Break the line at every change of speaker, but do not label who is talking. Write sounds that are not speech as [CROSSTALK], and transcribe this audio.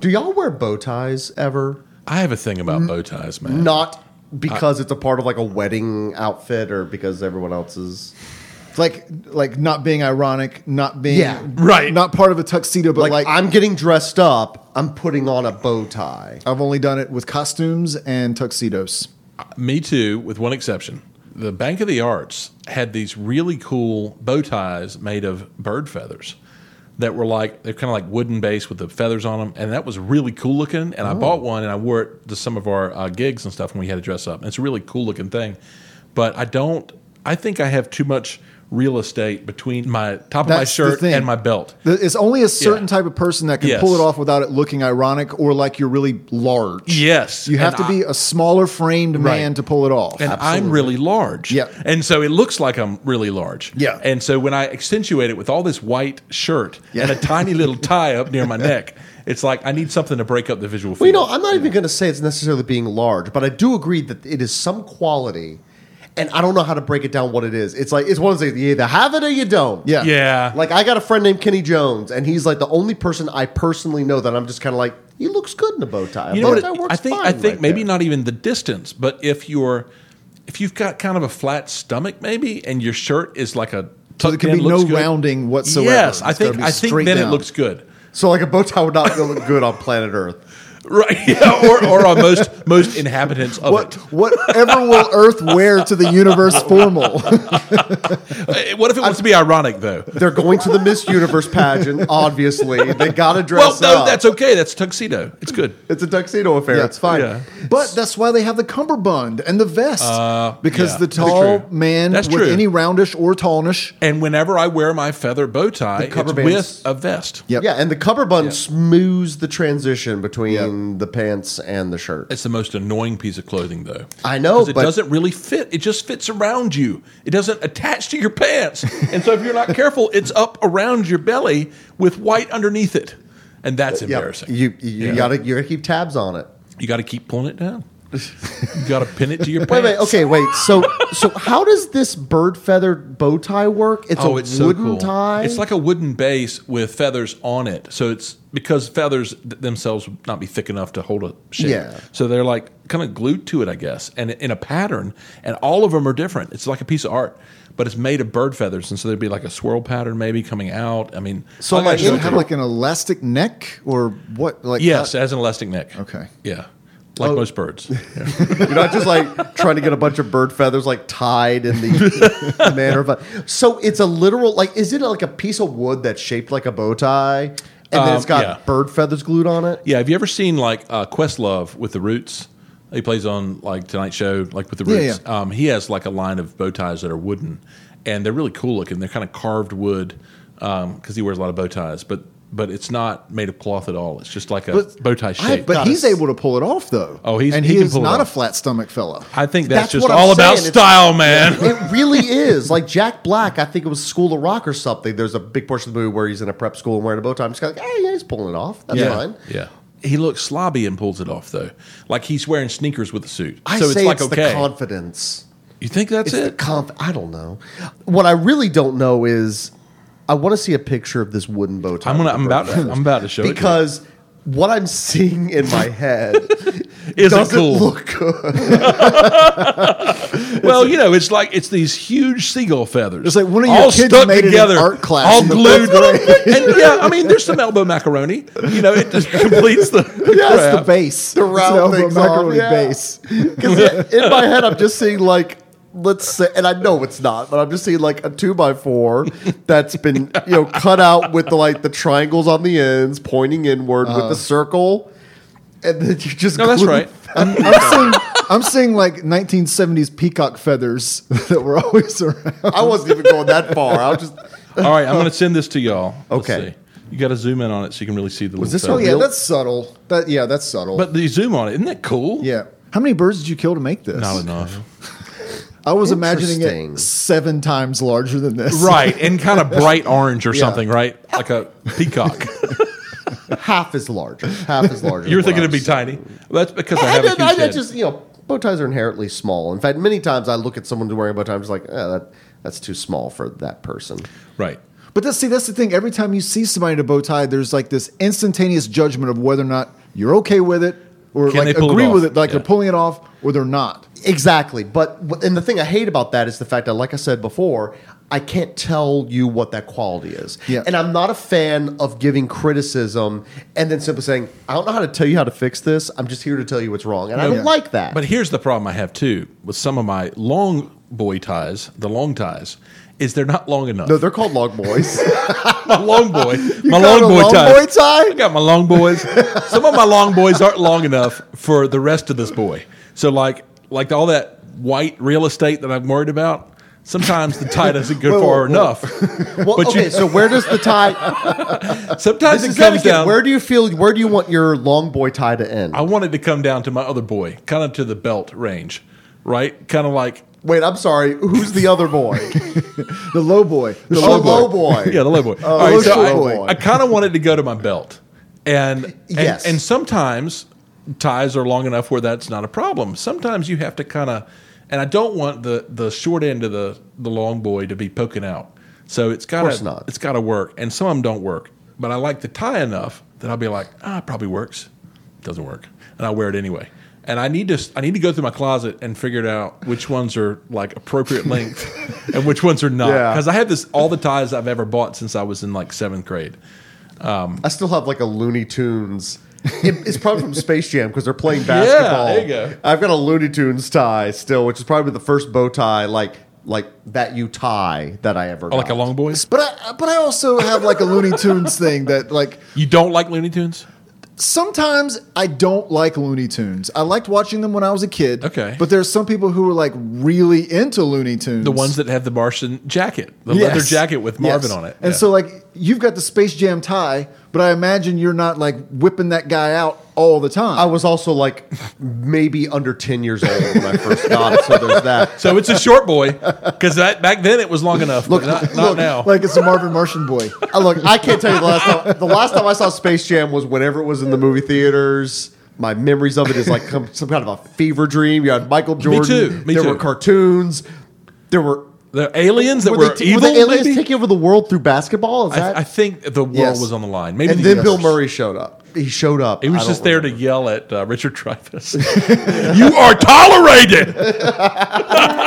Do y'all wear bow ties ever?
I have a thing
Mm.
about bow ties, man.
Not because it's a part of like a wedding outfit or because everyone else's.
It's like like not being ironic, not being
Yeah,
right.
not part of a tuxedo, but
Like,
like, i
I'm getting dressed up, I'm putting on a bow tie.
have only done it with costumes and tuxedos.
Me too, with one exception. The Bank of the Arts had these really cool bow ties made of bird feathers that were like they're kind of like wooden base with the feathers on them, and that was really cool looking.
Oh.
And I bought one and I wore it to some of our uh, gigs and stuff when we had to dress up. And it's a really cool looking thing, but I don't. I think I have too much real estate between my top of my
That's the
shirt
thing.
and my belt.
Th- It's only a certain
Yeah.
type of person that can
Yes.
pull it off without it looking ironic or like you're really large.
Yes,
You have
and
to
I-
be a smaller framed man
Right.
to pull it off.
and I'm really large.
Yeah.
And so it looks like I'm really large.
Yeah.
And so when I accentuate it with all this white shirt and a tiny
[LAUGHS]
little tie up near my neck, it's like I need something to break up the visual field.
Well, you know, I'm not even going to say it's necessarily being large, but I do agree that it is some quality, and I don't know how to break it down what it is. It's like it's one of those things you either have it or you don't.
Yeah.
yeah.
Like I got a friend named Kenny Jones, and he's like the only person I personally know that I'm just kind of like he looks good in a bow tie. A
you know
bow
what?
tie
it- I think I
fine
think
right
maybe
there.
not even the distance, but if you're if you've got kind of a flat stomach maybe and your shirt is like a
so there
tucked
can
in,
be no
looks good,
rounding whatsoever.
Yes, I
It's gotta
think
be
I think
straight
then it
down.
looks good. [LAUGHS]
So like a bow tie would not look good on planet Earth.
Right. [LAUGHS] Yeah, or or on most most inhabitants of
What
it.
whatever will Earth wear to the universe
[LAUGHS]
formal?
Uh, What if it wants to be ironic though?
They're going to the Miss Universe pageant. Obviously, they got to
Well,
dress
no,
up.
that's okay. That's tuxedo. It's good.
it's a tuxedo affair.
Yeah.
It's fine.
Yeah.
But that's why they have the cummerbund and the vest. because
Uh, yeah,
the
that's
tall
true.
man
That's
with
true.
any roundish or tallish.
And whenever I wear my feather bow tie, it's
cover
with
bands.
a vest.
Yep.
Yeah, and the cummerbund smooths the transition between the pants and the shirt.
It's the most annoying piece of clothing, though.
I know,
'Cause it
but-
doesn't really fit. It just fits around you. It doesn't attach to your pants, and so if you're not careful, it's up around your belly with white underneath it, and that's embarrassing.
Uh, You you
Yeah.
gotta you gotta keep tabs on it.
You got to keep pulling it down. you got to pin it to
[LAUGHS]
your
Wait,
pants.
wait, okay, wait. So so how does this bird feather bow tie work? It's
Oh,
a
it's
wooden
so cool.
tie.
It's like a wooden base with feathers on it. So it's because feathers th- themselves would not be thick enough to hold a shape.
Yeah.
So they're like kind of glued to it, I guess, and in a pattern. And all of them are different. It's like a piece of art, but it's made of bird feathers, and so there'd be like a swirl pattern maybe coming out. I mean,
So,
I gotta
like,
show
Does
it
it
to
have
you.
like an elastic neck or what? Like
yes,
how-
as an elastic neck.
Okay.
Yeah, like
Oh. [LAUGHS]
most birds.
You're not just like trying to get a bunch of bird feathers like tied in
[LAUGHS]
the manner of a. So it's a literal like is it like a piece of wood that's shaped like a bow tie, and then it's
Um,
got
yeah.
bird feathers glued on it?
Yeah, have you ever seen like uh, Questlove with the Roots? He plays on like Tonight Show, like with the
Yeah,
Roots.
yeah.
Um, he has like a line of bow ties that are wooden, and they're really cool looking. They're kind of carved wood because he wears a lot of bow ties, but but it's not made of cloth at all. It's just like a
But-
bow tie
I-
shape.
but
Got
he's
it.
able to pull it off though.
Oh, he's-
and
he
he,
can
is
pull it
not
off.
a flat stomach fella.
I think that's,
That's
just
what I'm
all about
saying. It's-
style, man.
[LAUGHS] It really is. Like Jack Black, I think it was School of Rock or something. There's a big portion of the movie where he's in a prep school and wearing a bow tie. I'm just kind of like, hey, yeah, he's pulling it off. That's
yeah,
fine.
yeah. He looks slobby and pulls it off though, like he's wearing sneakers with a suit.
I
so
say
it's like okay.
the confidence.
you think that's
It's the
it?
conf. I don't know. What I really don't know is, I want to see a picture of this wooden bow tie.
I'm gonna.
with
I'm
the
about.
bird feathers.
I'm about to show it. to you.
because what I'm seeing in
[LAUGHS]
my head
Isn't
doesn't
cool.
look good.
Well, you know, it's like it's these huge seagull feathers.
It's like one of your kids made it in art class
all
in the
glued.
fifth
and yeah, I mean, there's some elbow macaroni. You know,
[LAUGHS]
it just completes the. the
That's the
crap.
base.
The
It's an
round
elbow
things
macaroni
off, yeah.
base.
[LAUGHS]
[LAUGHS]
Because in my head, I'm just seeing like, let's say, and I know it's not, but I'm just seeing like a two by four that's been you know cut out with the like the triangles on the ends pointing inward with
Uh-huh.
the circle, and then you just
No, that's
glue-
right.
[LAUGHS]
I'm
[LAUGHS]
seeing I'm seeing like 1970s peacock feathers [LAUGHS] that were always around.
I wasn't even going that far. I was just
All right, I'm going to send this to y'all. Let's
Okay.
see. You got to zoom in on it so you can really see the. Was
this
Oh
Oh,
yeah,
real-
that's subtle. That yeah, that's subtle.
But the zoom on it isn't that cool?
yeah. How many birds did you kill to make this?
Not enough.
[LAUGHS] I was imagining
Interesting.
it seven times larger than this. [LAUGHS]
right, and kind of bright orange or
Yeah.
something, right? Like a
[LAUGHS]
peacock.
half as large, half as large.
You're thinking it'd
it'd
be tiny. Well, that's
[LAUGHS]
because [LAUGHS] I,
I,
have
did,
a huge
I, I
head.
just you know bow ties are inherently small. In fact, many times I look at someone wearing a bow tie, I'm just like, eh, that that's too small for that person.
Right.
But this, see, that's the thing. Every time you see somebody in a bow tie, there's like this instantaneous judgment of whether or not you're okay with it or
Can they
like
pull it
agree
off?
with it, like
Yeah.
they're pulling it off or they're not.
Exactly. But but- and the thing I hate about that is the fact that, like I said before, I can't tell you what that quality is.
Yeah.
And I'm not a fan of giving criticism and then simply saying, I don't know how to tell you how to fix this. I'm just here to tell you what's wrong. And I don't
Yeah.
like that.
But here's the problem I have too with some of my long boy ties, the long ties, is they're not long enough.
no, they're called log boys.
[LAUGHS] my long
[LAUGHS]
boy, my
got
long
a
boy
long
ties.
boy tie?
I got my long
[LAUGHS]
boys. some of my long boys aren't long enough for the rest of this boy. So like like all that white real estate that I'm worried about. Sometimes the tie doesn't
[LAUGHS]
go far enough.
well,
But you-
okay, so where does the tie
[LAUGHS] Sometimes
this
it
is that
comes
again,
down.
Where do you feel where do you want your long boy tie to end?
I wanted to come down to my other boy, kind of to the belt range, right? Kind of like
Wait, I'm sorry. Who's the other boy?
The low boy. The
oh, low boy.
[LAUGHS]
Oh,
yeah, the low
[LAUGHS]
boy. All
low
right, so
short
I,
boy.
I kind of wanted to go to my belt, and, and
Yes.
and sometimes ties are long enough where that's not a problem. Sometimes you have to kind of, and I don't want the the short end of the the long boy to be poking out. So it's got
course
to
not.
it's got to work, and some of them don't work. But I like the tie enough that I'll be like, ah, it probably works. Doesn't work, and I wear it anyway. And I need to I need to go through my closet and figure it out which ones are like appropriate length and which ones are not.
Yeah.
Because I have this all the ties I've ever bought since I was in like seventh grade.
I still have like a Looney Tunes. It- it's probably from Space Jam because they're
[LAUGHS]
playing basketball.
there you go.
I've got a Looney Tunes tie still, which is probably the first bow tie like like that you tie that I ever.
Oh, like
got.
a long boy.
But I, but I also have like a Looney Tunes thing that like
You don't like Looney Tunes?
sometimes I don't like Looney Tunes. I liked watching them when I was a kid.
Okay.
But there's some people who are like really into Looney Tunes.
The ones that have the Martian jacket, the
Yes.
leather jacket with
Yes.
Marvin on it.
And
Yeah.
so like you've got the Space Jam tie, but I imagine you're not like whipping that guy out all the time.
I was also like maybe under ten years old when I first got it, so there's that.
so it's a short boy because that back then it was long enough. Look, not, not now.
Like it's a Marvin Martian boy.
Uh, Look, Oh. [LAUGHS] I can't tell you the last time. The last time I saw Space Jam was whenever it was in the movie theaters. My memories of it is like some, some kind of a fever dream. You had Michael Jordan.
too. Me
there
too.
were cartoons. There were
the aliens that were,
were, they,
evil.
were the aliens
maybe?
taking over the world through basketball? Is that?
I, I think the world
Yes.
was on the line. Maybe
and
the
then Bill
others.
Murray showed up. He showed up.
He
I
was
don't
just there
remember. [LAUGHS]
to yell at uh, Richard Dreyfuss. you are tolerated.